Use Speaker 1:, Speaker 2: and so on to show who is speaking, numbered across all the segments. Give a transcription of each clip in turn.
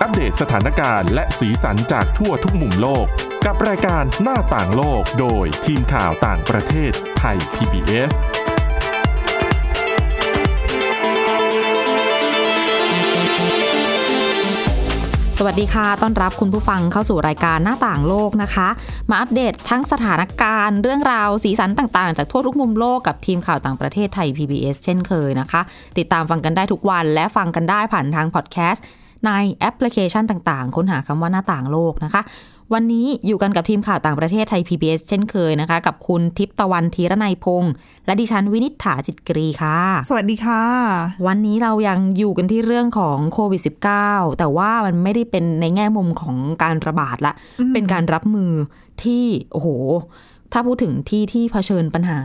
Speaker 1: อัปเดตสถานการณ์และสีสันจากทั่วทุกมุมโลก กับรายการหน้าต่างโลกโดยทีมข่าวต่างประเทศไทย PBS
Speaker 2: สวัสดีค่ะ ต้อนรับคุณผู้ฟังเข้าสู่รายการหน้าต่างโลกนะคะ มาอัปเดตทั้งสถานการณ์เรื่องราวสีสันต่างๆ จากทั่วทุกมุมโลกกับทีมข่าวต่างประเทศไทย PBS เช่นเคยนะคะ ติดตามฟังกันได้ทุกวันและฟังกันได้ผ่านทางพอดแคสต์ในแอปพลิเคชันต่างๆ ค้นหาคำว่าหน้าต่างโลกนะคะ วันนี้อยู่กันกับทีมข่าวต่างประเทศไทย PBS เช่นเคยนะคะ กับคุณทิพย์ตะวันธีรนัยพงษ์และดิฉันวินิษฐาจิตกรีค่ะ
Speaker 3: สวัสดีค่ะ
Speaker 2: วันนี้เรายังอยู่กันที่เรื่องของโควิด -19 แต่ว่ามันไม่ได้เป็นในแง่มุมของการระบาดละ เป็นการรับมือที่โอ้โห ถ้าพูดถึงที่ที่เผชิญปัญหา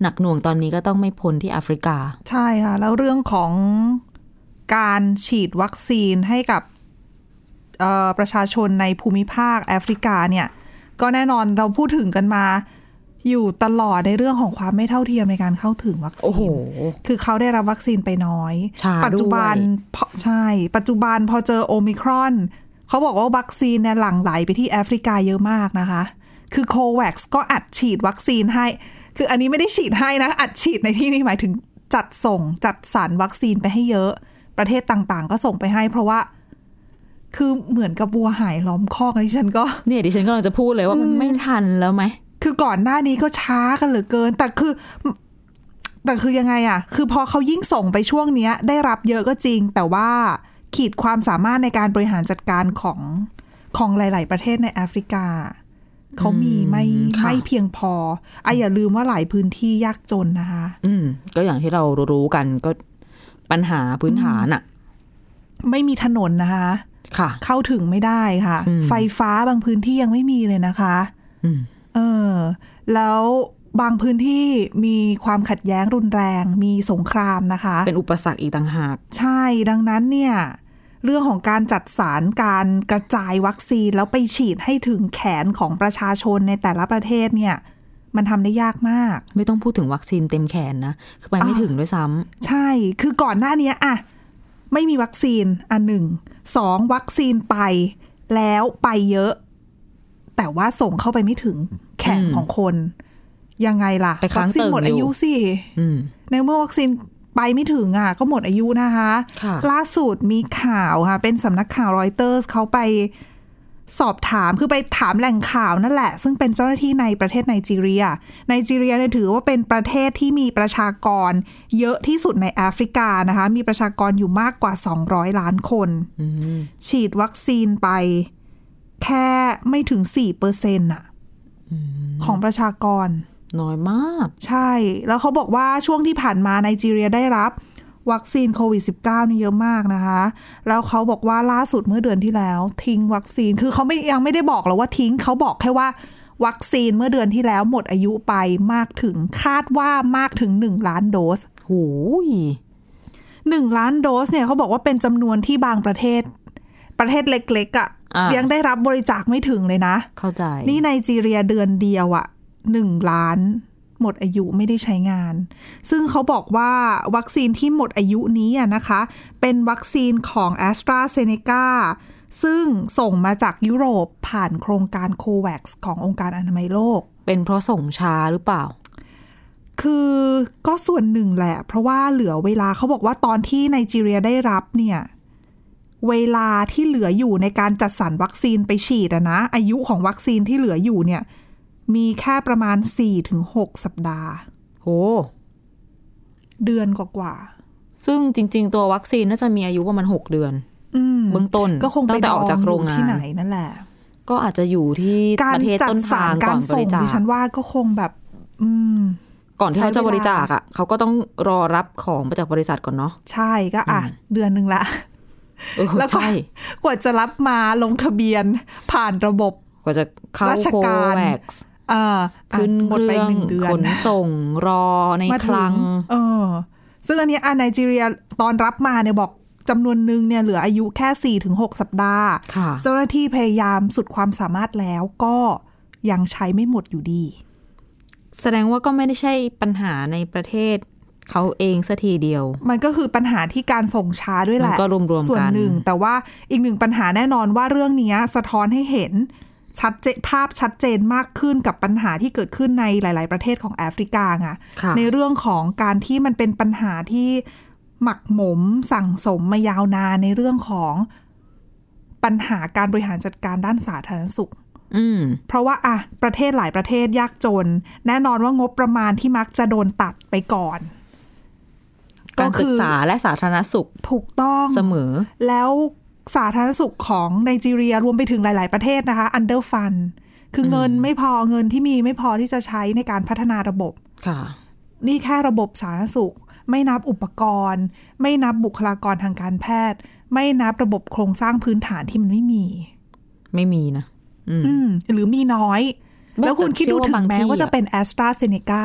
Speaker 2: หนักหน่วงตอนนี้ก็ต้องไม่พ้นที่แอฟริกา
Speaker 3: ใช่ค่ะ แล้วเรื่องของการฉีดวัคซีนให้กับเอ่อประชาชนในภูมิภาคแอฟริกาเนี่ย ก็แน่นอนเราพูดถึงกันมา อยู่ตลอดในเรื่องของความไม่เท่าเทียมในการเข้าถึงวัคซีน
Speaker 2: โอ้โห
Speaker 3: คือเขาได้รับวัคซีนไปน้อย
Speaker 2: ช้าด้วย
Speaker 3: ปัจจุบันพอใช่ ปัจจุบันพอเจอโอมิครอน เขาบอกว่าวัคซีนเนี่ยหลั่งไหลไปที่แอฟริกาเยอะมากนะคะ คือโควัคก็อัดฉีดวัคซีนให้ คืออันนี้ไม่ได้ฉีดให้นะ อัดฉีดในที่นี้หมายถึงจัดส่งจัดสรรวัคซีนไปให้เยอะ ประเทศต่างๆ ก็ส่งไปให้ เพราะว่า คือเหมือนกับวัวหายล้อมคอกนะที่ฉันก็
Speaker 2: เนี่ยดิฉันกำลังจะพูดเลยว่ามันไม่ทันแล้วไหม
Speaker 3: คือก่อนหน้านี้ก็ช้ากันเหลือเกิน แต่คือ แต่คือยังไงอะคือพอเขายิ่งส่งไปช่วงเนี้ย ได้รับเยอะก็จริง แต่ว่าขีดความสามารถในการบริหารจัดการของของหลาย ๆ ประเทศในแอฟริกา เขามีไม่
Speaker 2: ค่ะ
Speaker 3: ไม่เพียงพออ่ะอย่าลืมว่าหลายพื้นที่ยากจนนะคะ
Speaker 2: อืม ก็อย่างที่เรารู้ๆกันก็ปัญหาพื้นฐานอะ
Speaker 3: ไม่มีถนนนะคะ
Speaker 2: ค่ะ
Speaker 3: เข้าถึงไม่ได้ค่ะ
Speaker 2: อืม
Speaker 3: ไฟฟ้าบางพื้นที่ยังไม่มีเลยนะคะ
Speaker 2: อืม
Speaker 3: เออแล้วบางพื้นที่มีความขัดแย้งรุนแรง มีสงครามนะคะ
Speaker 2: เป็นอุปสรรคอีกต่างหาก
Speaker 3: ใช่ดังนั้นเนี่ยเรื่องของการจัดสารการกระจายวัคซีนแล้วไปฉีดให้ถึงแขนของประชาชนในแต่ละประเทศเนี่ย มันทำได้ยากมาก
Speaker 2: ไม่ต้องพูดถึงวัคซีนเต็มแขนนะคือไปไม่
Speaker 3: อ่า
Speaker 2: ถึงด้วยซ้ำ
Speaker 3: ใช่คือก่อนหน้าเนี้ยอะไม่มีวัคซีนอันหนึ่งสองวัคซีนไปแล้วไปเยอะ แต่ว่าส่งเข้าไปไม่ถึงแขน
Speaker 2: อืม
Speaker 3: ของคน ยังไงล่ะ
Speaker 2: ไปค้าง
Speaker 3: วัคซีน
Speaker 2: เติ่ง
Speaker 3: หมดอา
Speaker 2: อยู่
Speaker 3: ยุสิ
Speaker 2: อืม
Speaker 3: ในเมื่อวัคซีนไปไม่ถึงอ่ะก็หมดอายุนะคะ
Speaker 2: ค่ะ
Speaker 3: ล่าสุดมีข่าวค่ะ เป็นสำนักข่าวรอยเตอร์สเขาไปสอบถามคือไปถามแหล่งข่าวนั่นแหละ ซึ่งเป็นเจ้าหน้าที่ในประเทศไนจีเรียไนจีเรียเนี่ยถือว่าเป็นประเทศที่มีประชากรเยอะที่สุดในแอฟริกานะคะ มีประชากรอยู่มากกว่า 200 ล้านคน
Speaker 2: อืม
Speaker 3: ฉีดวัคซีนไปแค่ไม่ถึง4%เปอร์เซ็นต์ะของประชากร
Speaker 2: น้อยมาก
Speaker 3: ใช่ แล้วเขาบอกว่าช่วงที่ผ่านมาไนจีเรียได้รับ วัคซีนโควิด -19 นี่เยอะมากนะคะ แล้วเขาบอกว่าล่าสุดเมื่อเดือนที่แล้ว ทิ้งวัคซีน คือเขาไม่ยังไม่ได้บอกหรอกว่าทิ้ง เขาบอกแค่ว่า วัคซีนเมื่อเดือนที่แล้วหมดอายุไปมากถึงคาดว่ามากถึง 1 ล้านโดส
Speaker 2: หูย
Speaker 3: 1 ล้านโดสเนี่ยเขาบอกว่าเป็นจำนวนที่บางประเทศ ประเทศเล็กๆอะ
Speaker 2: อ่ายั
Speaker 3: ยังได้รับบริจาคไม่ถึงเลยนะ
Speaker 2: เข้าใจ
Speaker 3: นี่ไนจีเรียเดือนเดียวอะหนึ่งล้าน หมดอายุไม่ได้ใช้งาน ซึ่งเขาบอกว่าวัคซีนที่หมดอายุนี้อะนะคะ เป็นวัคซีนของ a s t r a z เซ e c a ซึ่งส่งมาจากยุโรปผ่านโครงการโควัคขององค์การอนามัยโลก
Speaker 2: เป็นเพราะส่งช้าหรือเปล่า
Speaker 3: คือก็ส่วนหนึ่งแหละ เพราะว่าเหลือเวลาเขาบอกว่าตอนที่ไนจีเรียได้รับเนี่ย เวลาที่เหลืออยู่ในการจัดสรรวัคซีนไปฉีดอะนะ อายุของวัคซีนที่เหลืออยู่เนี่ย มีแค่ประมาณ 4-6 สัปดาห์
Speaker 2: โห
Speaker 3: เดือนกว่า
Speaker 2: ซึ่งจริง ๆ ตัววัคซีนน่าจะมีอายุประมาณ6เดือน
Speaker 3: ๆอืม
Speaker 2: เบื้องต้น
Speaker 3: ก็คง
Speaker 2: ตั้
Speaker 3: ไป
Speaker 2: งแต่ออกจากโร
Speaker 3: ดอง
Speaker 2: งา
Speaker 3: ที่
Speaker 2: น
Speaker 3: ไหนนั่นแหละ
Speaker 2: ก็อาจจะอยู่ที่
Speaker 3: การ
Speaker 2: ประเทศ
Speaker 3: จัด
Speaker 2: ต้น
Speaker 3: สา
Speaker 2: ทาง
Speaker 3: ร
Speaker 2: ก่
Speaker 3: กา
Speaker 2: อน
Speaker 3: ร
Speaker 2: บ
Speaker 3: ส่
Speaker 2: ริ
Speaker 3: ง
Speaker 2: จาค
Speaker 3: ดิฉันว่าก็คงแบบ อืม
Speaker 2: ก่อนที่
Speaker 3: ใช้
Speaker 2: เขาจะบริจาค
Speaker 3: เวลา
Speaker 2: อ่ะเขาก็ต้องรอรับของมาจากบริษัทก่อนเนาะ
Speaker 3: ใช่ก็อ่ะ เดือนหนึ่งละ
Speaker 2: เออ
Speaker 3: แล้วก็
Speaker 2: ใช่
Speaker 3: กว่าจะรับมาลงทะเบียนผ่านระบบ
Speaker 2: กว่าจะเข้า
Speaker 3: ราช
Speaker 2: โค
Speaker 3: การ
Speaker 2: แว็กซ์
Speaker 3: เอ่ออ่ะ
Speaker 2: ขึ้น
Speaker 3: หม
Speaker 2: เค
Speaker 3: ดไป
Speaker 2: รื่อง
Speaker 3: หนึ่งเดือน
Speaker 2: ขนส่งรอใน
Speaker 3: มา
Speaker 2: ค
Speaker 3: ถึ
Speaker 2: ลัง
Speaker 3: เออ ซึ่งอันเนี้ยอ่ะไนจีเรียตอนรับมาเนี่ยบอกจำนวนหนึ่งเนี่ยเหลืออายุแค่ 4-6 สัปดาห์
Speaker 2: ค่ะ
Speaker 3: เจ้าหน้าที่พยายามสุดความสามารถแล้วก็ยังใช้ไม่หมดอยู่ดี
Speaker 2: แสดงว่าก็ไม่ได้ใช่ปัญหาในประเทศ เขาเองสัทีเดียว
Speaker 3: มันก็คือปัญหาที่การส่งช้าด้วยแหละ
Speaker 2: มันก็รวมๆกัน
Speaker 3: ส่วนหนึ่ง แต่ว่าอีกหนึ่งปัญหาแน่นอนว่าเรื่องเนี้ยสะท้อนให้เห็นชัดเจนภาพชัดเจนมากขึ้นกับปัญหาที่เกิดขึ้นในหลาย ๆ ประเทศของแอฟริกาไง
Speaker 2: ค่ะ
Speaker 3: ในเรื่องของการที่มันเป็นปัญหาที่หมักหมมสั่งสมมายาวนานในเรื่องของปัญหาการบริหารจัดการด้านสาธารณสุข
Speaker 2: อืม
Speaker 3: เพราะว่าอะประเทศหลายประเทศยากจน แน่นอนว่างบประมาณที่มักจะโดนตัดไปก่อน
Speaker 2: การศึกษาและสาธารณสุข
Speaker 3: ถูกต้อง
Speaker 2: เสมอ
Speaker 3: แล้วสาธารณสุขของไนจีเรียรวมไปถึงหลาย ๆ ประเทศนะคะ อันเดอร์ฟัน คือเงินไม่พอเงินที่มีไม่พอที่จะใช้ในการพัฒนาระบบ
Speaker 2: ค่ะ
Speaker 3: นี่แค่ระบบสาธารณสุข ไม่นับอุปกรณ์ ไม่นับบุคลากรทางการแพทย์ ไม่นับระบบโครงสร้างพื้นฐานที่มันไม่มี
Speaker 2: ไม่มีนะ
Speaker 3: อืมหรือมีน้อย
Speaker 2: ไม่
Speaker 3: แล้วคุณคิดดู
Speaker 2: แต่เชื่อ
Speaker 3: ถึ
Speaker 2: ว่างบาง
Speaker 3: แม้
Speaker 2: ที่
Speaker 3: ว่าจะ
Speaker 2: อะ
Speaker 3: เป็นแอสตราเซเนกา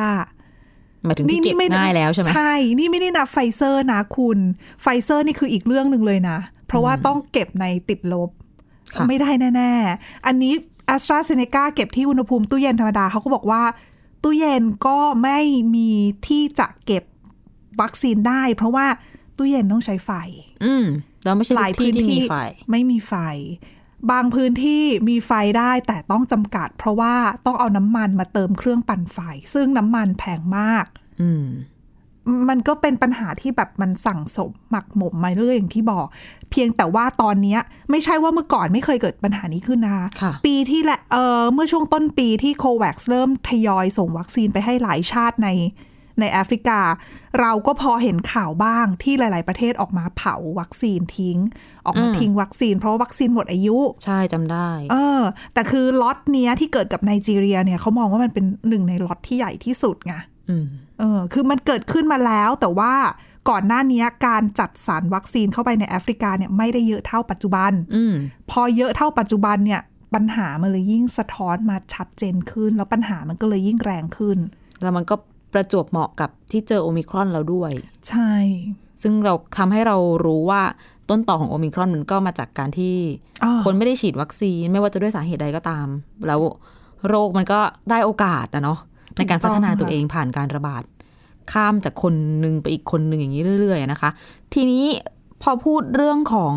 Speaker 2: หมายถึงที่เก็บง่ายแล้วใช่ไหม
Speaker 3: ใช่ นี่ไม่ได้นับไฟเซอร์นะคุณ ไฟเซอร์นี่คืออีกเรื่องหนึ่งเลยนะ เพราะว่าต้องเก็บในติดลบ
Speaker 2: ค่ะ
Speaker 3: ไม่ได้แน่ ๆ อันนี้แอสตราเซเนกาเก็บที่อุณหภูมิตู้เย็นธรรมดาเขาก็บอกว่า ตู้เย็นก็ไม่มีที่จะเก็บวัคซีนได้ เพราะว่าตู้เย็นต้องใช้ไฟ
Speaker 2: อืมแล้วไม่ใช่
Speaker 3: หลาย
Speaker 2: ที่
Speaker 3: พื้น
Speaker 2: ที่
Speaker 3: ที่
Speaker 2: มีไฟ
Speaker 3: ไม่มีไฟ บางพื้นที่มีไฟได้แต่ต้องจำกัด เพราะว่าต้องเอาน้ำมันมาเติมเครื่องปั่นไฟ ซึ่งน้ำมันแพงมาก
Speaker 2: อืม
Speaker 3: มันก็เป็นปัญหาที่แบบมันสั่งสมหมักหมมมาเรื่อยอย่างที่บอก เพียงแต่ว่าตอนเนี้ยไม่ใช่ว่าเมื่อก่อนไม่เคยเกิดปัญหานี้ขึ้นนะคะ
Speaker 2: ค่ะ
Speaker 3: ปีที่และเออเมื่อช่วงต้นปีที่โควัคเริ่มทยอยส่งวัคซีนไปให้หลายชาติในในแอฟริกา เราก็พอเห็นข่าวบ้างที่หลาย ๆ ประเทศออกมาเผาวัคซีนทิ้ง ออกมาทิ้งวัคซีน เพราะว่าวัคซีนหมดอายุ
Speaker 2: ใช่จำได้
Speaker 3: เออ แต่คือล็อตเนี้ยที่เกิดกับไนจีเรียเนี่ยเขามองว่ามันเป็นหนึ่งในล็อตที่ใหญ่ที่สุดไง
Speaker 2: อืม
Speaker 3: เออคือมันเกิดขึ้นมาแล้วแต่ว่าก่อนหน้านี้การจัดสรรวัคซีนเข้าไปในแอฟริกาเนี่ยไม่ได้เยอะเท่าปัจจุบัน
Speaker 2: อืม
Speaker 3: พอเยอะเท่าปัจจุบันเนี่ยปัญหามันเลยยิ่งสะท้อนมาชัดเจนขึ้น แล้วปัญหามันก็เลยยิ่งแรงขึ้น
Speaker 2: แล้วมันก็ประจวบเหมาะกับที่เจอโอมิครอนแล้วด้วย
Speaker 3: ใช่
Speaker 2: ซึ่งเราทำให้เรารู้ว่าต้นต่อของโอมิครอนมันก็มาจากการที่
Speaker 3: อ่า
Speaker 2: คนไม่ได้ฉีดวัคซีนไม่ว่าจะด้วยสาเหตุใดก็ตาม แล้วโรคมันก็ได้โอกาสนะเนาะในการพัฒนาตัวเองผ่านการระบาด ข้ามจากคนหนึ่งไปอีกคนหนึ่งอย่างนี้เรื่อย ๆ นะคะ ทีนี้พอพูดเรื่องของ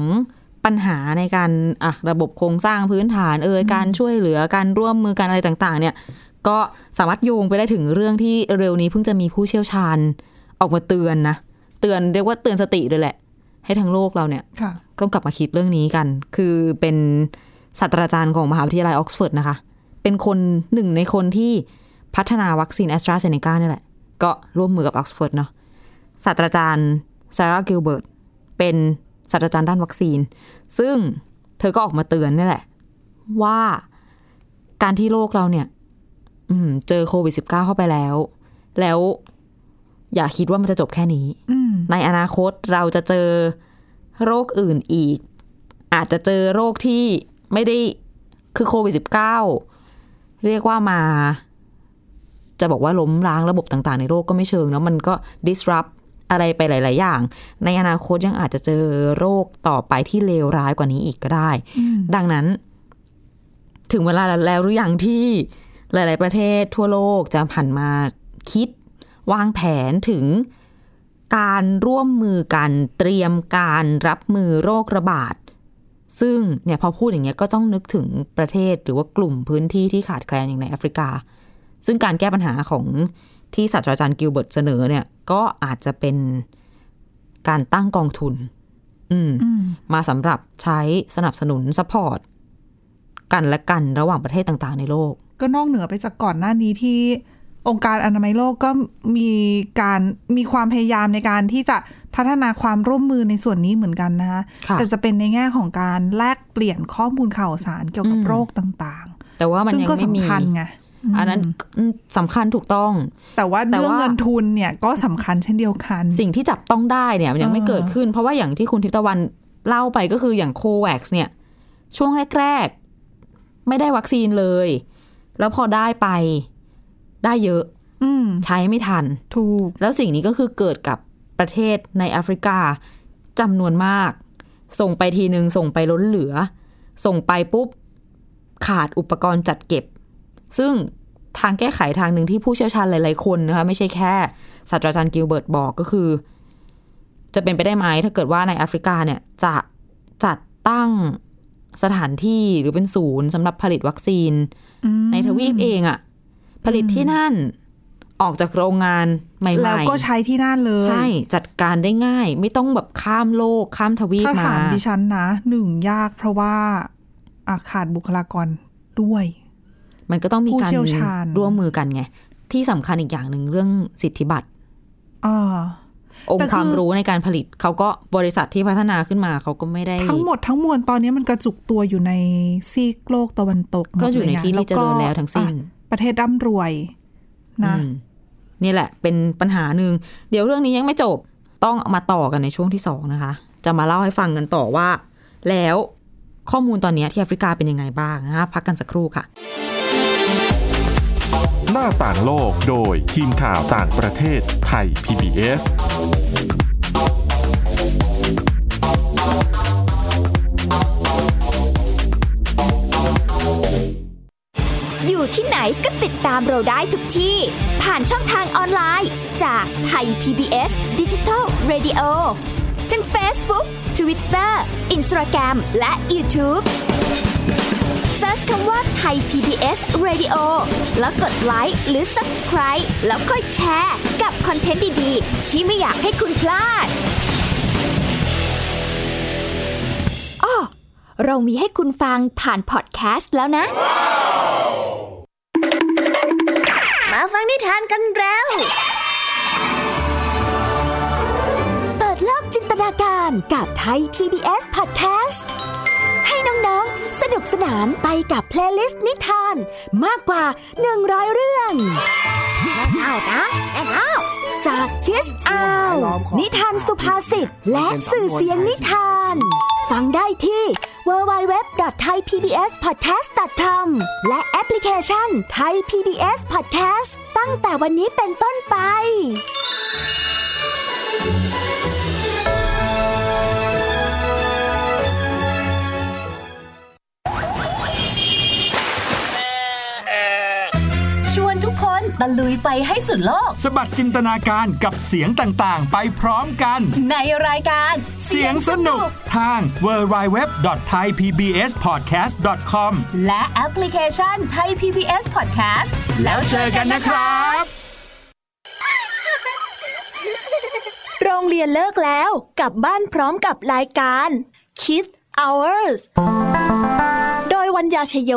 Speaker 2: ปัญหาในการอ่ะระบบโครงสร้างพื้นฐานเอ่ยการช่วยเหลือการร่วมมือการอะไรต่าง ๆ เนี่ย ก็สามารถโยงไปได้ถึงเรื่องที่เร็วนี้เพิ่งจะมีผู้เชี่ยวชาญออกมาเตือนนะเตือนเรียกว่าเตือนสติเลยแหละ ให้ทั้งโลกเราเนี่ย
Speaker 3: ค่ะ
Speaker 2: ก็กลับมาคิดเรื่องนี้กัน คือเป็นศาสตราจารย์ของมหาวิทยาลัยออกซฟอร์ดนะคะ เป็นคนหนึ่งในคนที่พัฒนาวัคซีนแอสตราเซเนกาเนี่ยแหละ ก็ร่วมมือกับออกซฟอร์ดเนาะ ศาสตราจารย์ซาร่ากิลเบิร์ตเป็นศาสตราจารย์ด้านวัคซีน ซึ่งเธอก็ออกมาเตือนนี่แหละ ว่าการที่โลกเราเนี่ย อืมเจอโควิด -19 เข้าไปแล้ว แล้วอย่าคิดว่ามันจะจบแค่นี้
Speaker 3: อืม
Speaker 2: ในอนาคตเราจะเจอโรคอื่นอีก อาจจะเจอโรคที่ไม่ได้คือโควิด -19 เรียกว่ามา จะบอกว่าล้มล้างระบบต่างๆ ในโลกก็ไม่เชิงเนอะมันก็ disrupt อะไรไปหลาย ๆ อย่าง ในอนาคตยังอาจจะเจอโรคต่อไปที่เลวร้ายกว่านี้อีกก็ได้
Speaker 3: อืม
Speaker 2: ดังนั้น ถึงเวลาแล้วหรือยังที่หลาย ๆ ประเทศทั่วโลกจะหันมาคิด วางแผนถึงการร่วมมือกันเตรียมการรับมือโรคระบาด ซึ่งเนี่ยพอพูดอย่างเงี้ยก็ต้องนึกถึงประเทศหรือว่ากลุ่มพื้นที่ที่ขาดแคลนอย่างในแอฟริกา ซึ่งการแก้ปัญหาของที่ศาสตราจารย์กิลเบิร์ตเสนอเนี่ย ก็อาจจะเป็นการตั้งกองทุน อืม
Speaker 3: อืม
Speaker 2: มาสำหรับใช้สนับสนุน ซัพพอร์ต กันและกันระหว่างประเทศต่างๆ ในโลก
Speaker 3: ก็นอกเหนือไปจากก่อนหน้านี้ที่องค์การอนามัยโลกก็มีการมีความพยายามในการที่จะพัฒนาความร่วมมือในส่วนนี้เหมือนกันนะคะ
Speaker 2: ค่ะ
Speaker 3: แต่จะเป็นในแง่ของการแลกเปลี่ยนข้อมูลข่าวสารเกี่ยวกับ
Speaker 2: อืม
Speaker 3: โรคต่าง
Speaker 2: แต่ว่ามัน
Speaker 3: ๆ ซึ่ง
Speaker 2: ยัง
Speaker 3: ก็
Speaker 2: ไม่มี
Speaker 3: สำคัญไงม
Speaker 2: อันนั้นอืมสำคัญถูกต้อง
Speaker 3: แต่ว่า
Speaker 2: แต่
Speaker 3: เรื่อง
Speaker 2: ว่า
Speaker 3: เงินทุนเนี่ยก็สำคัญเช่นเดียวกัน
Speaker 2: สิ่งที่จับต้องได้เนี่ยมันยังไม่
Speaker 3: เออ
Speaker 2: เกิดขึ้น เพราะว่าอย่างที่คุณทิพย์ตะวันเล่าไปก็คืออย่างโควัคเนี่ย ช่วงแรก ๆ ไม่ได้วัคซีนเลย แล้วพอได้ไปได้เยอะ
Speaker 3: อืม
Speaker 2: ใช้ไม่ทัน
Speaker 3: ถูก
Speaker 2: แล้วสิ่งนี้ก็คือเกิดกับประเทศในแอฟริกาจำนวนมาก ส่งไปทีหนึ่งส่งไปล้นเหลือ ส่งไปปุ๊บ ขาดอุปกรณ์จัดเก็บ ซึ่ง ทางแก้ไขทางหนึ่งที่ผู้เชี่ยวชาญหลาย ๆ คนนะคะ ไม่ใช่แค่ศาสตราจารย์กิลเบิร์ตบอกก็คือ จะเป็นไปได้ไหมถ้าเกิดว่าในแอฟริกาเนี่ยจะจัดตั้งสถานที่หรือเป็นศูนย์สำหรับผลิตวัคซีน ในทวีปเองอะผลิตที่นั่นออกจากโรงงานใหม่ๆ
Speaker 3: แล้วก็ใช้ที่นั่นเลย
Speaker 2: ใช่จัดการได้ง่าย ไม่ต้องแบบข้ามโลกข้ามทวีป
Speaker 3: ถ้า
Speaker 2: มา
Speaker 3: ถามดิฉันนะหนึ่งยากเพราะว่าอ่ะขาดบุคลากรด้วย
Speaker 2: มันก็ต้องมี
Speaker 3: ผู้
Speaker 2: การ
Speaker 3: เชี่ยวชาญ
Speaker 2: ร่วมมือกันไง ที่สำคัญอีกอย่างหนึ่งเรื่องสิทธิบัตร
Speaker 3: อ่า
Speaker 2: อง
Speaker 3: แต่
Speaker 2: ค์
Speaker 3: คื
Speaker 2: ค
Speaker 3: อ
Speaker 2: วามรู้ในการผลิตเขาก็บริษัทที่พัฒนาขึ้นมาเขาก็ไม่ได้
Speaker 3: ทั้งหมดทั้งมวลตอนนี้มันกระจุกตัวอยู่ในซีกโลกตะวันตกหมด
Speaker 2: ก็อยู่ใน
Speaker 3: ละ
Speaker 2: ที่ที่เจริญ
Speaker 3: ก็
Speaker 2: แล้วทั้งสิ้น
Speaker 3: อ่ะประเทศร่ำรวยนะ
Speaker 2: อืมนี่แหละ เป็นปัญหาหนึ่ง เดี๋ยวเรื่องนี้ยังไม่จบต้องเอามาต่อกันในช่วงที่สองนะคะ จะมาเล่าให้ฟังกันต่อว่า แล้วข้อมูลตอนนี้ที่แอฟริกาเป็นยังไงบ้างนะคะพักกันสักครู่ค่ะ
Speaker 1: หน้าต่างโลกโดยทีมข่าวต่างประเทศไทย PBS
Speaker 4: อยู่ที่ไหนก็ติดตามเราได้ทุกที่ ผ่านช่องทางออนไลน์ จากไทย PBS Digital Radio ทั้ง Facebook Twitter Instagram และ YouTube Search คำว่าไทย PBS Radio แล้วกดไลค์หรือ Subscribe แล้วค่อยแชร์ กับคอนเทนต์ดี ๆ ที่ไม่อยากให้คุณพลาดอ้อเรามีให้คุณฟังผ่านพอดแคสต์แล้วนะ
Speaker 5: มาฟังนิทานกันแล้ว
Speaker 4: เปิดโลกจินตนาการกับไทย PBS Podcast ให้น้องๆ สนุกสนานไปกับเพลย์ลิสต์นิทาน มากกว่า 100 เรื่อง
Speaker 5: เอานะแอนเอา
Speaker 4: จากคิสอาว นิทานสุภาษิตและสื่อเสียงนิทาน ฟังได้ที่ www.thaipbspodcast.com และแอปพลิเคชัน Thai PBS Podcast ตั้งแต่วันนี้เป็นต้นไป
Speaker 5: ชวนทุกคนตะลุยไปให้สุดโลก
Speaker 6: สบัดจินตนาการกับเสียงต่างๆ ไปพร้อมกัน
Speaker 5: ในรายการ
Speaker 6: เสียงสนุกทาง www.thaipbspodcast.com
Speaker 5: และแอปพลิเคชันไทย PBS Podcast แล้วเจอกันนะครับ
Speaker 6: บ
Speaker 7: โรงเรียนเลิกแล้วกลับบ้านพร้อมกับรายการ Kids Hours โดยวัญญาชยโย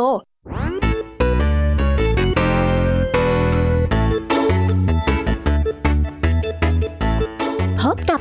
Speaker 4: พบกับ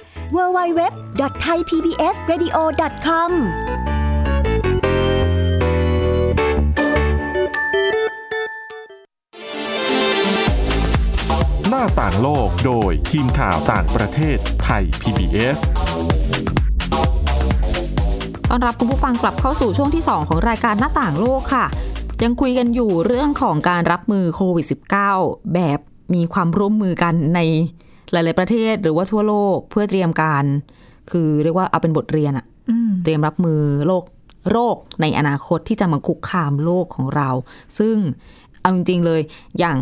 Speaker 4: www.thaipbsradio.com
Speaker 1: หน้าต่างโลกโดยทีมข่าวต่างประเทศไทย PBS
Speaker 2: ต้อนรับคุณผู้ฟังกลับเข้าสู่ช่วงที่ 2 ของรายการหน้าต่างโลกค่ะ ยังคุยกันอยู่เรื่องของการรับมือโควิด -19 แบบมีความร่วมมือกันในหลาย ๆ ประเทศหรือว่าทั่วโลกเพื่อเตรียมการ คือเรียกว่าเอาเป็นบทเรียนอะ
Speaker 3: อืม
Speaker 2: เตรียมรับมือโรคโรคในอนาคตที่จะมาคุกคามโลกของเรา ซึ่งเอาจริง ๆ เลยอย่าง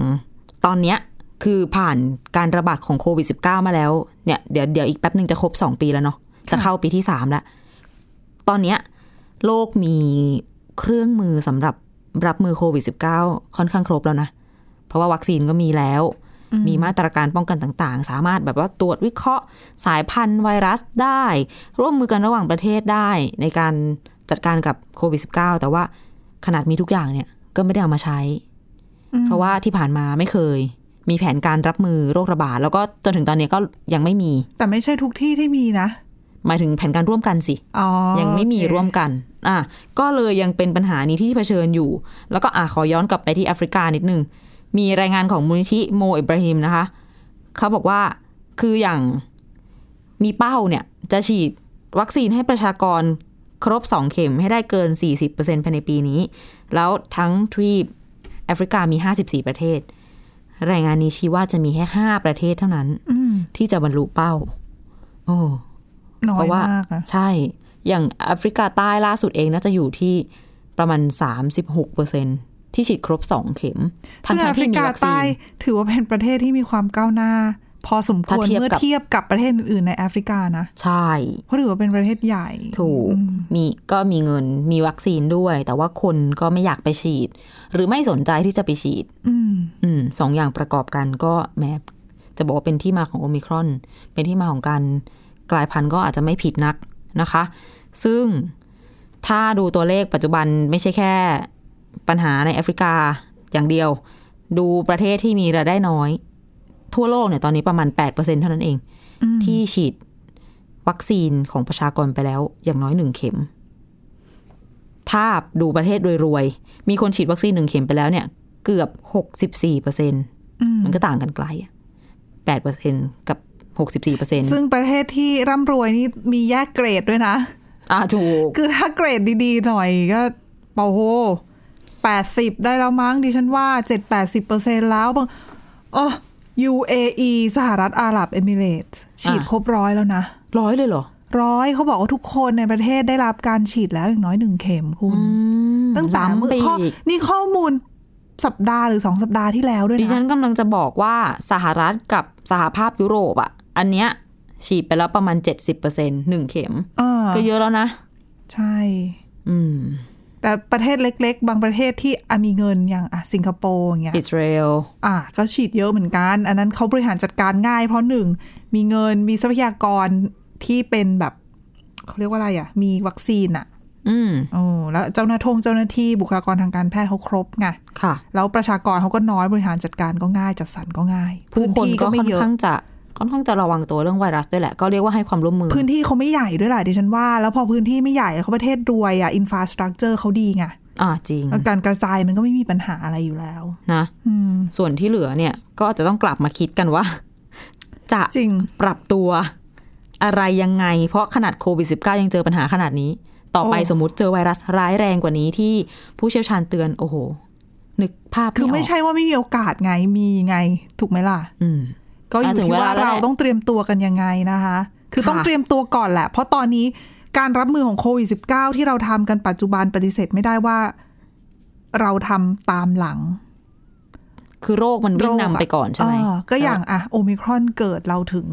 Speaker 2: ตอนเนี้ยคือผ่านการระบาดของโควิด -19 มาแล้วเนี่ยเดี๋ยวเดี๋ยวอีกแป๊บหนึ่งจะครบ 2 ปีแล้วเนาะจะเข้าปีที่ 3 แล้ว ตอนเนี้ยโลกมีเครื่องมือสำหรับรับมือโควิด -19 ค่อนข้างครบแล้วนะ เพราะว่าวัคซีนก็มีแล้ว มีมาตรการป้องกันต่างๆ สามารถแบบว่าตรวจวิเคราะห์สายพันธุ์ไวรัสได้ ร่วมมือกันระหว่างประเทศได้ในการจัดการกับโควิด -19 แต่ว่าขนาดมีทุกอย่างเนี่ยก็ไม่ได้เอามาใช้ เพราะว่าที่ผ่านมาไม่เคย มีแผนการรับมือโรคระบาดแล้วก็จนถึงตอนนี้ก็ยังไม่มี
Speaker 3: แต่ไม่ใช่ทุกที่ที่มีนะ
Speaker 2: หมายถึงแผนการร่วมกันสิ
Speaker 3: อ๋อ
Speaker 2: ยังไม่มี
Speaker 3: โอเค
Speaker 2: ร่วมกัน อ่ะ ก็เลยยังเป็นปัญหานี้ที่เผชิญอยู่ แล้วก็อ่ะขอย้อนกลับไปที่แอฟริกานิดนึง มีรายงานของมูลนิธิโมอิบราฮิมนะคะ เขาบอกว่าคืออย่างมีเป้าเนี่ย จะฉีดวัคซีนให้ประชากรครบ 2 เข็มให้ได้เกิน 40%ภายในปีนี้ แล้วทั้งทวีปแอฟริกามี 54 ประเทศ รายงานนี้ชี้ว่าจะมีแค่ 5 ประเทศเท่านั้น
Speaker 3: อืม
Speaker 2: ที่จะบรรลุเป้า โอ้
Speaker 3: น้อ
Speaker 2: เพ
Speaker 3: ย
Speaker 2: ราะว่าม
Speaker 3: ากอะ
Speaker 2: ใช่ อย่างแอฟริกาใต้ล่าสุดเองน่าจะอยู่ที่ประมาณ 36เปอร์เซ็นที่ฉีดครบ 2 เข็มทั้ง
Speaker 3: ซึ่งแอ
Speaker 2: ๆ
Speaker 3: ฟริ
Speaker 2: ที่มี
Speaker 3: กา
Speaker 2: วัคซี
Speaker 3: ใต้
Speaker 2: น
Speaker 3: ถือว่าเป็นประเทศที่มีความก้าวหน้า พอสมควร
Speaker 2: ถ้าเทียบ
Speaker 3: เมื่อ
Speaker 2: กับ
Speaker 3: เทียบกับประเทศอื่นๆในแอฟริกานะ
Speaker 2: ใช่
Speaker 3: เพราะถือว่าเป็นประเทศใหญ่
Speaker 2: ถูก
Speaker 3: อืม
Speaker 2: มีก็มีเงินมีวัคซีนด้วย แต่ว่าคนก็ไม่อยากไปฉีด หรือไม่สนใจที่จะไปฉีด
Speaker 3: อืม
Speaker 2: อืมสองอย่างประกอบกันก็แม้จะบอกว่าเป็นที่มาของโอมิครอน เป็นที่มาของการกลายพันธุ์ก็อาจจะไม่ผิดนักนะคะ ซึ่งถ้าดูตัวเลขปัจจุบันไม่ใช่แค่ปัญหาในแอฟริกาอย่างเดียว ดูประเทศที่มีรายได้น้อย ทั่วโลกเนี่ยตอนนี้ประมาณ 8%เท่านั้นเอง ที่ฉีดวัคซีนของประชากรไปแล้วอย่างน้อยหนึ่งเข็ม ถ้าดูประเทศรวยๆ มีคนฉีดวัคซีนหนึ่งเข็มไปแล้วเนี่ย เกือบหกสิบสี่เปอร์เซ็นมันก็ต่างกันไกลอะแปดเปอร์เซ็นกับหกสิบสี่เปอร์เซ็น
Speaker 3: ซึ่งประเทศที่ร่ำรวยนี่มีแยกเกรดด้วยนะ
Speaker 2: อ่าถูก
Speaker 3: คือถ้าเกรดดีๆ หน่อยก็โอ้โหแปดสิบได้แล้วมั้งดิฉันว่าเจ็ดแปดสิบเปอร์เซ็นแล้วบางอ๋อ UAE สหรัฐอาหรับเอมิเรตส์ฉีด
Speaker 2: อ่ะ
Speaker 3: ครบร้อยแล้วนะ
Speaker 2: ร้อยเลยเหรอ
Speaker 3: ร้อยเขาบอกว่าทุกคนในประเทศได้รับการฉีดแล้วอย่างน้อยหนึ่งเข็มคุณ ตั้งแต่เมื่
Speaker 2: ล้ำ
Speaker 3: อ
Speaker 2: ไป
Speaker 3: ข้อ
Speaker 2: อีก
Speaker 3: นี่ข้อมูลสัปดาห์หรือสองสัปดาห์ที่แล้วด้วย
Speaker 2: ดิฉั
Speaker 3: นะ
Speaker 2: นกำลังจะบอกว่าสหรัฐกับสหภาพยุโรปอะอันเนี้ยฉีดไปแล้วประมาณเจ็ดสิบเปอร์เซ็นหนึ่งเข็ม
Speaker 3: เออ
Speaker 2: ก็เยอะแล้วนะ
Speaker 3: ใช่
Speaker 2: อืม
Speaker 3: แต่ประเทศเล็ก ๆ บางประเทศที่อ่ะมีเงินอย่างอ่ะสิงคโปร์อย่างเงี้ย
Speaker 2: อิสราเอล
Speaker 3: อ่าก็ฉีดเยอะเหมือนกัน อันนั้นเขาบริหารจัดการง่ายเพราะหนึ่ง มีเงินมีทรัพยากรที่เป็นแบบเขาเรียกว่าอะไรอ่ะ มีวัคซีนอ่ะ
Speaker 2: อืม
Speaker 3: โอ้แล้วเจ้าหน้าทงเจ้าหน้าที่บุคลากรทางการแพทย์เขาครบไง
Speaker 2: ค่ะ
Speaker 3: แล้วประชากรเขาก็น้อยบริหารจัดการก็ง่ายจัดสรรก็ง่าย
Speaker 2: ผู้คน
Speaker 3: ที่
Speaker 2: ก็ค่อน
Speaker 3: เยอะ
Speaker 2: ข้างจะค่อนข้างจะระวังตัวเรื่องไวรัสด้วยแหละ ก็เรียกว่าให้ความร่วมมือ
Speaker 3: พื้นที่เขาไม่ใหญ่ด้วยแหละดิฉันว่า แล้วพอพื้นที่ไม่ใหญ่เขาประเทศรวยอ่ะอินฟาสตรักเจอร์เขาดีไง
Speaker 2: อ่าจริง
Speaker 3: แล้วการกระจายมันก็ไม่มีปัญหาอะไรอยู่แล้ว
Speaker 2: นะ
Speaker 3: อืม
Speaker 2: ส่วนที่เหลือเนี่ยก็จะต้องกลับมาคิดกันว่า จะ
Speaker 3: จริง
Speaker 2: ปรับตัวอะไรยังไง เพราะขนาดโควิด -19 ยังเจอปัญหาขนาดนี้ ต่อไป
Speaker 3: โอ้
Speaker 2: สมมติเจอไวรัสร้ายแรงกว่านี้ที่ผู้เชี่ยวชาญเตือน โอ้โห นึกภาพ
Speaker 3: คือ
Speaker 2: ไม่
Speaker 3: ไม่
Speaker 2: ออก
Speaker 3: ใช่ว่าไม่มีโอกาสไงมีไงถูกไหมล่ะ
Speaker 2: อืม
Speaker 3: ก็อยู่
Speaker 2: อ่ะถึง
Speaker 3: ที่
Speaker 2: เวลา
Speaker 3: ว่า
Speaker 2: แล้ว
Speaker 3: เรา
Speaker 2: แหละ
Speaker 3: ต้องเตรียมตัวกันยังไงนะคะ คือ
Speaker 2: ค่ะ
Speaker 3: ต้องเตรียมตัวก่อนแหละ เพราะตอนนี้การรับมือของโควิด -19 ที่เราทำกันปัจจุบันปฏิเสธไม่ได้ว่า เราทำตามหลัง
Speaker 2: คือโรคมันวิ่งนำไปก่อนใช่ไหม
Speaker 3: เอก็อย่างอะโอมิครอนเกิดเราถึง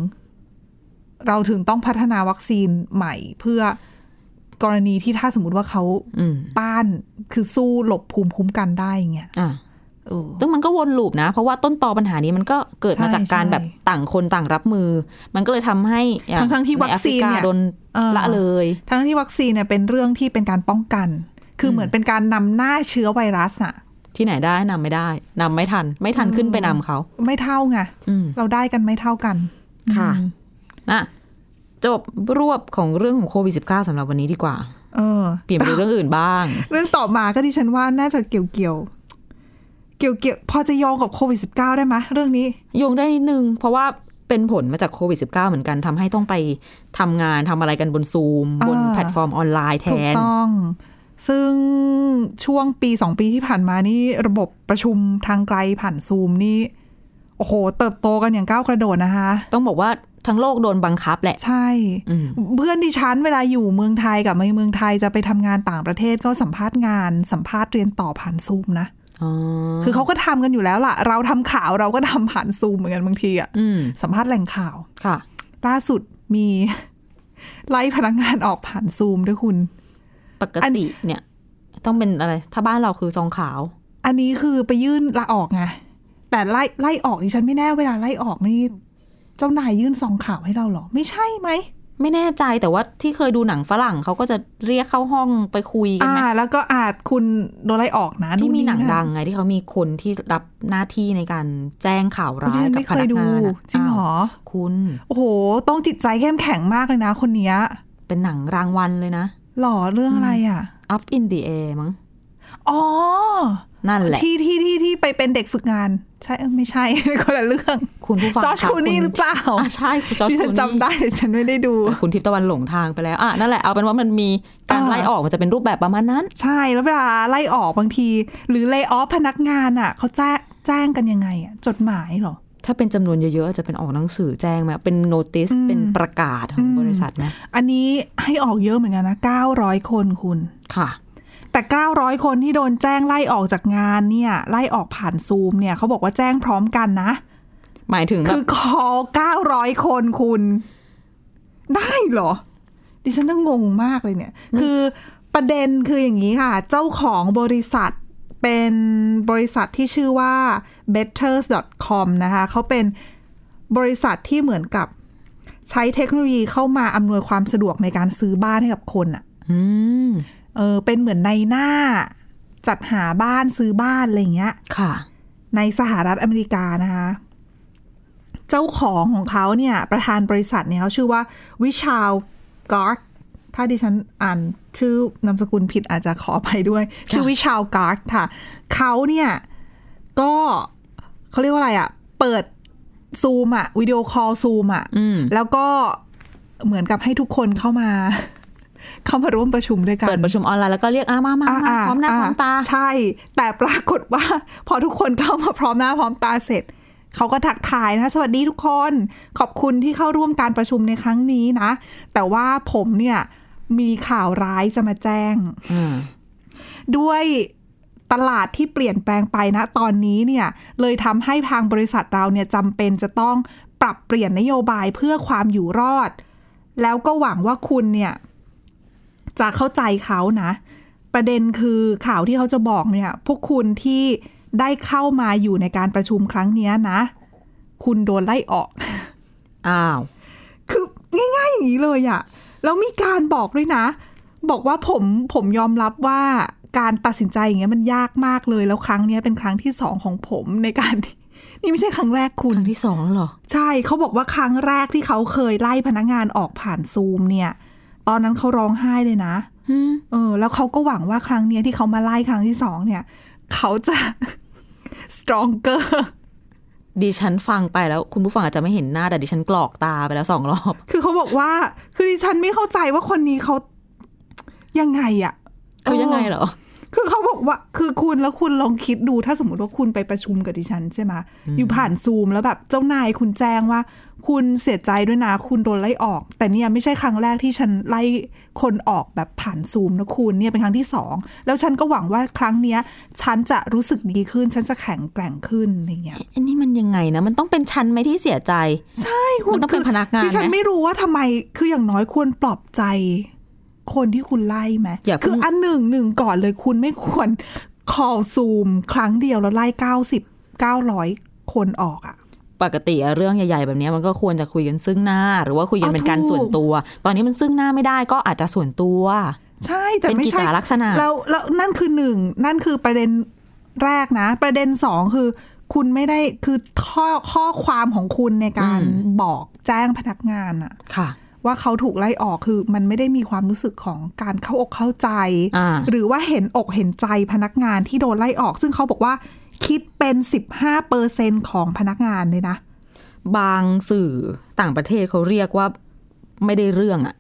Speaker 3: เราถึงต้องพัฒนาวัคซีนใหม่ เพื่อกรณีที่ถ้าสมมติว่าเขา
Speaker 2: อืม
Speaker 3: ต้านคือสู้หลบภูมิคุ้มกันได้อย่างเงี้ย
Speaker 2: อ่ะ
Speaker 3: เออ
Speaker 2: ซึ่งมันก็วนลูปนะ เพราะว่าต้นตอปัญหานี้มันก็เกิดมา
Speaker 3: ใช่
Speaker 2: จากการ
Speaker 3: ใช่
Speaker 2: แบบต่างคนต่างรับมือ มันก็เลยทำให้อย่า
Speaker 3: ทั้งๆที่
Speaker 2: ใ
Speaker 3: วัคซีน
Speaker 2: แอฟริ
Speaker 3: เนี่ย
Speaker 2: กาโดน
Speaker 3: เออ
Speaker 2: ละเลย
Speaker 3: ทั้งที่วัคซีนเนี่ยเป็นเรื่องที่เป็นการป้องกัน คือเหมือนเป็นการนำหน้าเชื้อไวรัสน่ะ
Speaker 2: ที่ไหนได้นำไม่ได้นำไม่ทัน ไม่ทันขึ้นไปนำเขา
Speaker 3: ไม่เท่าไง
Speaker 2: อืม
Speaker 3: เราได้กันไม่เท่ากัน
Speaker 2: ค่ะนะจบรวบของเรื่องของโควิด -19 สำหรับวันนี้ดีกว่า
Speaker 3: เออ
Speaker 2: เปลี่ยนไปดูเรื่องอื่นบ้าง
Speaker 3: เรื่องต่อมาก็ดิฉันว่าน่าจะเกี่ยวเกี่ยวๆเกี่ยวเกี่ยวๆพอจะโยงกับโควิด -19 ได้ไหมเรื่องนี้
Speaker 2: โยงได้นิดนึง เพราะว่าเป็นผลมาจากโควิด -19 เหมือนกันทำให้ต้องไปทำงานทำอะไรกันบนซูม บน
Speaker 3: อ่า
Speaker 2: แพลตฟอร์มออนไลน์แท
Speaker 3: ถูก
Speaker 2: น
Speaker 3: ต้อง ซึ่งช่วงปีสองปีที่ผ่านมานี่ระบบประชุมทางไกลผ่านซูมนี่ โอ้โห เติบโตกันอย่างก้าวกระโดดนะคะ
Speaker 2: ต้องบอกว่าทั้งโลกโดนบังคับแหละ
Speaker 3: ใช่
Speaker 2: อืม
Speaker 3: เพื่อนดิฉันเวลาอยู่เมืองไทยกลับมาเมืองไทยจะไปทำงานต่างประเทศก็สัมภาษณ์งานสัมภาษณ์เรียนต่อผ่านซูมนะ
Speaker 2: อ๋อ
Speaker 3: คือเขาก็ทำกันอยู่แล้วล่ะ เราทำข่าวเราก็ทำผ่านซูมเหมือนกันบางทีอะ
Speaker 2: อืม
Speaker 3: สัมภาษณ์แหล่งข่าว
Speaker 2: ค่ะ
Speaker 3: ล่าสุดมี ไล่พนักงานออกผ่านซูมด้วยคุณ
Speaker 2: ปกติเนี่ย ต้องเป็นอะไร ถ้าบ้านเราคือซองขาว
Speaker 3: อันนี้คือไปยื่นลาออกไงแต่ไล่ไล่ออกดิฉันไม่แน่เวลาไล่ออกนี่ เจ้านายยื่นซองข่าวให้เราเหรอ ไม่ใช่ไหม
Speaker 2: ไม่แน่ใจแต่ว่าที่เคยดูหนังฝรั่งเขาก็จะเรียกเข้าห้องไปคุยกัน
Speaker 3: อ่า
Speaker 2: ไหม
Speaker 3: แล้วก็อาจคุณโดนไล่ออกนะ
Speaker 2: ที่มีหนัง
Speaker 3: ะ
Speaker 2: ดังไงที่เขามีคนที่รับหน้าที่ในการแจ้งข่าว
Speaker 3: ดิ
Speaker 2: ร้าย
Speaker 3: ฉัน
Speaker 2: กับ
Speaker 3: ไม่
Speaker 2: พ
Speaker 3: เค
Speaker 2: นั
Speaker 3: ย
Speaker 2: ก
Speaker 3: ดู
Speaker 2: งานอะ
Speaker 3: จริงเหรอ
Speaker 2: าวคุณ
Speaker 3: โอ้โห ต้องจิตใจเข้มแข็งมากเลยนะ คนเนี้ย
Speaker 2: เป็นหนังรางวัลเลยนะ
Speaker 3: หล่อเรื่องอะไรอ่ะ
Speaker 2: Up in the air มั้ง
Speaker 3: อ๋อ
Speaker 2: นั่นแหละ
Speaker 3: ที่ที่ที่ที่ไปเป็นเด็กฝึกงาน ใช่เอ้ยไม่ใช่ คนละเรื่อง
Speaker 2: คุณผู้ฟัง
Speaker 3: จอร์จ
Speaker 2: ะ
Speaker 3: คลูนี่
Speaker 2: ณ
Speaker 3: หรือเปล่า
Speaker 2: อ่ะใช่คุณจอร์จ
Speaker 3: ดิ
Speaker 2: ค
Speaker 3: ฉั
Speaker 2: ลู
Speaker 3: น
Speaker 2: นี่
Speaker 3: จำได้แต่ฉันไม่ได้ดู
Speaker 2: แต่คุณทิพย์ตะวันหลงทางไปแล้วอ่ะนั่นแหละเอาเป็นว่ามันมีการไล่ออกมันจะเป็นรูปแบบประมาณนั้น
Speaker 3: ใช่แล้วเวลาไล่ออกบางที หรือเล y o ออฟพนักงานอ่ะเขาแจ้งแจ้งกันยังไงอ่ะจดหมายเหรอ
Speaker 2: ถ้าเป็นจำนวนเยอะๆอาจจะเป็นออกหนังสือแจ้งไหมเป็นโนติสเป็นประกาศของบริษัทไหม
Speaker 3: อันนี้ให้ออกเยอะเหมือนกันนะ900 คนคุณ
Speaker 2: ค่ะ
Speaker 3: แต่ 900 คนที่โดนแจ้งไล่ออกจากงานเนี่ย ไล่ออกผ่านซูมเนี่ยเขาบอกว่าแจ้งพร้อมกันนะ
Speaker 2: หมายถึงแบ
Speaker 3: คื
Speaker 2: บ
Speaker 3: อคอ900 คนคุณ ได้เหรอ ดิฉันน่างงมากเลยเนี่ย คือประเด็นคืออย่างนี้ค่ะ เจ้าของบริษัทเป็นบริษัทที่ชื่อว่า betters.com นะคะเขาเป็นบริษัทที่เหมือนกับใช้เทคโนโลยีเข้ามาอำนวยความสะดวกในการซื้อบ้านให้กับคนอะ
Speaker 2: อืม
Speaker 3: เออเป็นเหมือนในหน้า จัดหาบ้านซื้อบ้าน อะไรอย่างเงี้ย
Speaker 2: ค่ะ
Speaker 3: ในสหรัฐอเมริกานะคะ เจ้าของของเขาเนี่ย ประธานบริษัทเนี่ยเขาชื่อว่าวิชาลการ์กถ้าดิฉันอ่านชื่อนามสกุลผิดอาจจะขออภัยด้วย ชื่อวิชาลการ์กค่ะ เขาเนี่ยก็เขาเรียกว่าอะไรอะ่ะ เปิดซูมอะวิดีโอคอลซูมอะ
Speaker 2: อืม
Speaker 3: แล้วก็เหมือนกับให้ทุกคนเข้ามา เข้ามาร่วมประชุมด้วยกัน
Speaker 2: เปิดประชุมออนไลน์แล้วก็เรียกอามามามา
Speaker 3: อ่า
Speaker 2: พร้อมหน้าพร้อมตา
Speaker 3: ใช่ แต่ปรากฏว่า พอทุกคนเข้ามาพร้อมหน้าพร้อมตาเสร็จ เขาก็ทักทายนะ สวัสดีทุกคน ขอบคุณที่เข้าร่วมการประชุมในครั้งนี้นะ แต่ว่าผมเนี่ยมีข่าวร้ายจะมาแจ้ง
Speaker 2: อืม
Speaker 3: ด้วยตลาดที่เปลี่ยนแปลงไปนะ ตอนนี้เนี่ยเลยทำให้ทางบริษัทเราเนี่ยจำเป็นจะต้องปรับเปลี่ยนนโยบายเพื่อความอยู่รอด แล้วก็หวังว่าคุณเนี่ย จะเข้าใจเขานะ ประเด็นคือข่าวที่เขาจะบอกเนี่ย พวกคุณที่ได้เข้ามาอยู่ในการประชุมครั้งเนี้ยนะ คุณโดนไล่ออก
Speaker 2: อ้าว
Speaker 3: คือง่ายๆอย่างนี้เลยอะแล้วมีการบอกด้วยนะ บอกว่าผมผมยอมรับว่าการตัดสินใจอย่างเงี้ยมันยากมากเลย แล้วครั้งเนี้ยเป็นครั้งที่สองของผมในการ นี่ไม่ใช่ครั้งแรกคุ
Speaker 2: ค
Speaker 3: ณ
Speaker 2: รั้งที่สองแล้วเหรอ
Speaker 3: ใช่เขาบอกว่าครั้งแรกที่เขาเคยไล่พนักงานออกผ่านซูมเนี่ย ตอนนั้นเขาร้องไห้เลยนะเออ แล้วเขาก็หวังว่าครั้งเนี้ยที่เขามาไล่ครั้งที่สองเนี่ย เขาจะ stronger
Speaker 2: ดิฉันฟังไปแล้ว คุณผู้ฟังอาจจะไม่เห็นหน้าแต่ดิฉันกรอกตาไปแล้วสองรอบ
Speaker 3: คือเขาบอกว่า คือดิฉันไม่เข้าใจว่าคนนี้เขายังไงอะ
Speaker 2: คือยังไงเหรอ
Speaker 3: คือเขาบอกว่าคือคุณแล้วคุณลองคิดดูถ้าสมมติว่าคุณไปประชุมกับดิฉันใช่ไหมอยู่ผ่านซูมแล้วแบบเจ้านายคุณแจ้งว่า คุณเสียใจด้วยนะ คุณโดนไล่ออก แต่เนี่ยไม่ใช่ครั้งแรกที่ฉันไล่คนออกแบบผ่านซูมนะคุณเนี่ยเป็นครั้งที่สองแล้วฉันก็หวังว่าครั้งเนี้ย ฉันจะรู้สึกดีขึ้น ฉันจะแข็งแกร่งขึ้นอะไรเงี้ย
Speaker 2: อันนี้มันยังไงนะ มันต้องเป็นชั้นไหมที่เสียใจ
Speaker 3: ใช่คุณ
Speaker 2: มันต้องเป็น
Speaker 3: คื
Speaker 2: พนักงาน
Speaker 3: ดิฉัน
Speaker 2: ไหม
Speaker 3: ไม่รู้ว่าทำไมคืออย่างน้อยควรปลอบใจ คนที่คุณไล่ไหม
Speaker 2: อย่าเพิ่ง
Speaker 3: คืออันหนึ่งหนึ่งก่อนเลยคุณไม่ควร call zoom ครั้งเดียวแล้วไล่เก้าสิบเก้าร้อยคนออกอะ
Speaker 2: ปกติอะเรื่องใหญ่ๆแบบเนี้ยมันก็ควรจะคุยกันซึ่งหน้า หรือว่าคุยกัน
Speaker 3: เอา
Speaker 2: เป็นการ
Speaker 3: ถูก
Speaker 2: ส่วนตัว ตอนนี้มันซึ่งหน้าไม่ได้ก็อาจจะส่วนตัว
Speaker 3: ใช่แต่
Speaker 2: เป็น
Speaker 3: ไม่
Speaker 2: กิจ
Speaker 3: ใช่
Speaker 2: จาลักษณะ
Speaker 3: แล้วแล้วนั่นคือหนึ่งนั่นคือประเด็นแรกนะ ประเด็นสองคือ คุณไม่ได้คือข้อข้อความของคุณในการบอกแจ้งพนักงานอะ
Speaker 2: ค่ะ
Speaker 3: ว่าเขาถูกไล่ออกคือมันไม่ได้มีความรู้สึกของการเข้าอกเข้าใจ
Speaker 2: อ่า
Speaker 3: หรือว่าเห็นอกเห็นใจพนักงานที่โดนไล่ออก ซึ่งเขาบอกว่าคิดเป็น 15%ของพนักงานเลยนะ
Speaker 2: บางสื่อต่างประเทศเขาเรียกว่าไม่ได้เรื่องอะ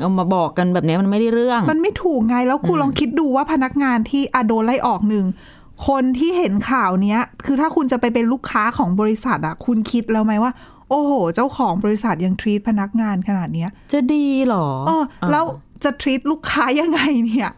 Speaker 2: เอามาบอกกันแบบเนี้ยมันไม่ได้เรื่อง
Speaker 3: มันไม่ถูกไงแล้วคุณลองคิดดูว่าพนักงานที่อะโดนไล่ออกหนึ่ง คนที่เห็นข่าวเนี้ย คือถ้าคุณจะไปเป็นลูกค้าของบริษัทอะคุณคิดแล้วไหมว่า โอ้โห เจ้าของบริษัทยังทรีตพนักงานขนาดเนี้ย
Speaker 2: จะดีเหรอ
Speaker 3: เออแล้วจะทรีตลูกค้ายังไงเนี่ย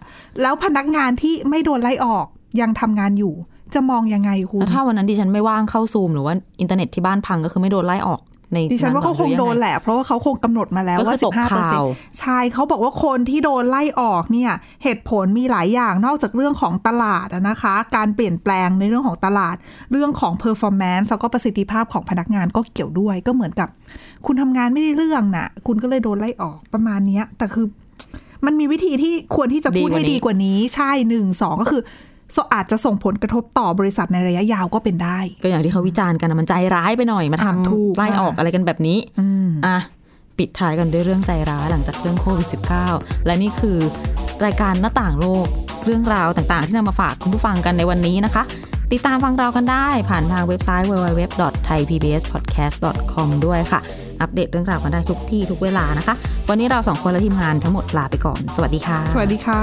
Speaker 3: แล้วพนักงานที่ไม่โดนไล่ออกยังทำงานอยู่ จะมองยังไงคุณ
Speaker 2: แล้วถ้าวันนั้นดิฉันไม่ว่างเข้าซูมหรือว่าอินเทอร์เน็ตที่บ้านพังก็คือไม่โดนไล่ออกใน
Speaker 3: ดิฉันว่าก็คง
Speaker 2: หรือยัไ
Speaker 3: โดนแหละ เพราะว่าเขาคงกำหนดมาแล้ว
Speaker 2: ก็
Speaker 3: ว่า
Speaker 2: คือตกข่าว
Speaker 3: 15%ใช่เขาบอกว่าคนที่โดนไล่ออกเนี่ย เหตุผลมีหลายอย่างนอกจากเรื่องของตลาดอะนะคะ การเปลี่ยนแปลงในเรื่องของตลาด เรื่องของ performance แล้วก็ประสิทธิภาพของพนักงานก็เกี่ยวด้วย ก็เหมือนกับ คุณทำงานไม่ได้เรื่องน่ะ คุณก็เลยโดนไล่ออกประมาณเนี้ยแต่คือ มันมีวิธีที่ควรที่จะพูดให้
Speaker 2: ดี
Speaker 3: ดี
Speaker 2: ก
Speaker 3: ก
Speaker 2: ว่า
Speaker 3: ว่า
Speaker 2: นี้
Speaker 3: นี้ ใช่หนึ่งสองก็คืออาจจะส่งผลกระทบต่อบริษัทในระยะยาวก็เป็นได้
Speaker 2: ก็อย่างที่เขาวิจารณ์กันนะมันใจร้ายไปหน่อยมา
Speaker 3: อ่ะ
Speaker 2: ทำ
Speaker 3: ถูก
Speaker 2: ไล่ออก
Speaker 3: ค่ะ
Speaker 2: อะไรกันแบบนี้
Speaker 3: อืม
Speaker 2: อ่ะ ปิดท้ายกันด้วยเรื่องใจร้ายหลังจากเรื่องโควิด -19 และนี่คือรายการหน้าต่างโลก เรื่องราวต่างๆ ที่นำมาฝากคุณผู้ฟังกันในวันนี้นะคะ ติดตามฟังเรากันได้ผ่านทางเว็บไซต์ www.thaipbspodcast.com ด้วยค่ะ อัปเดตเรื่องราวกันได้ทุกที่ทุกเวลานะคะ วันนี้เราสองคนและทีมงานทั้งหมดลาไปก่อน สวัสดีค่ะ
Speaker 3: สวัสดีค่ะ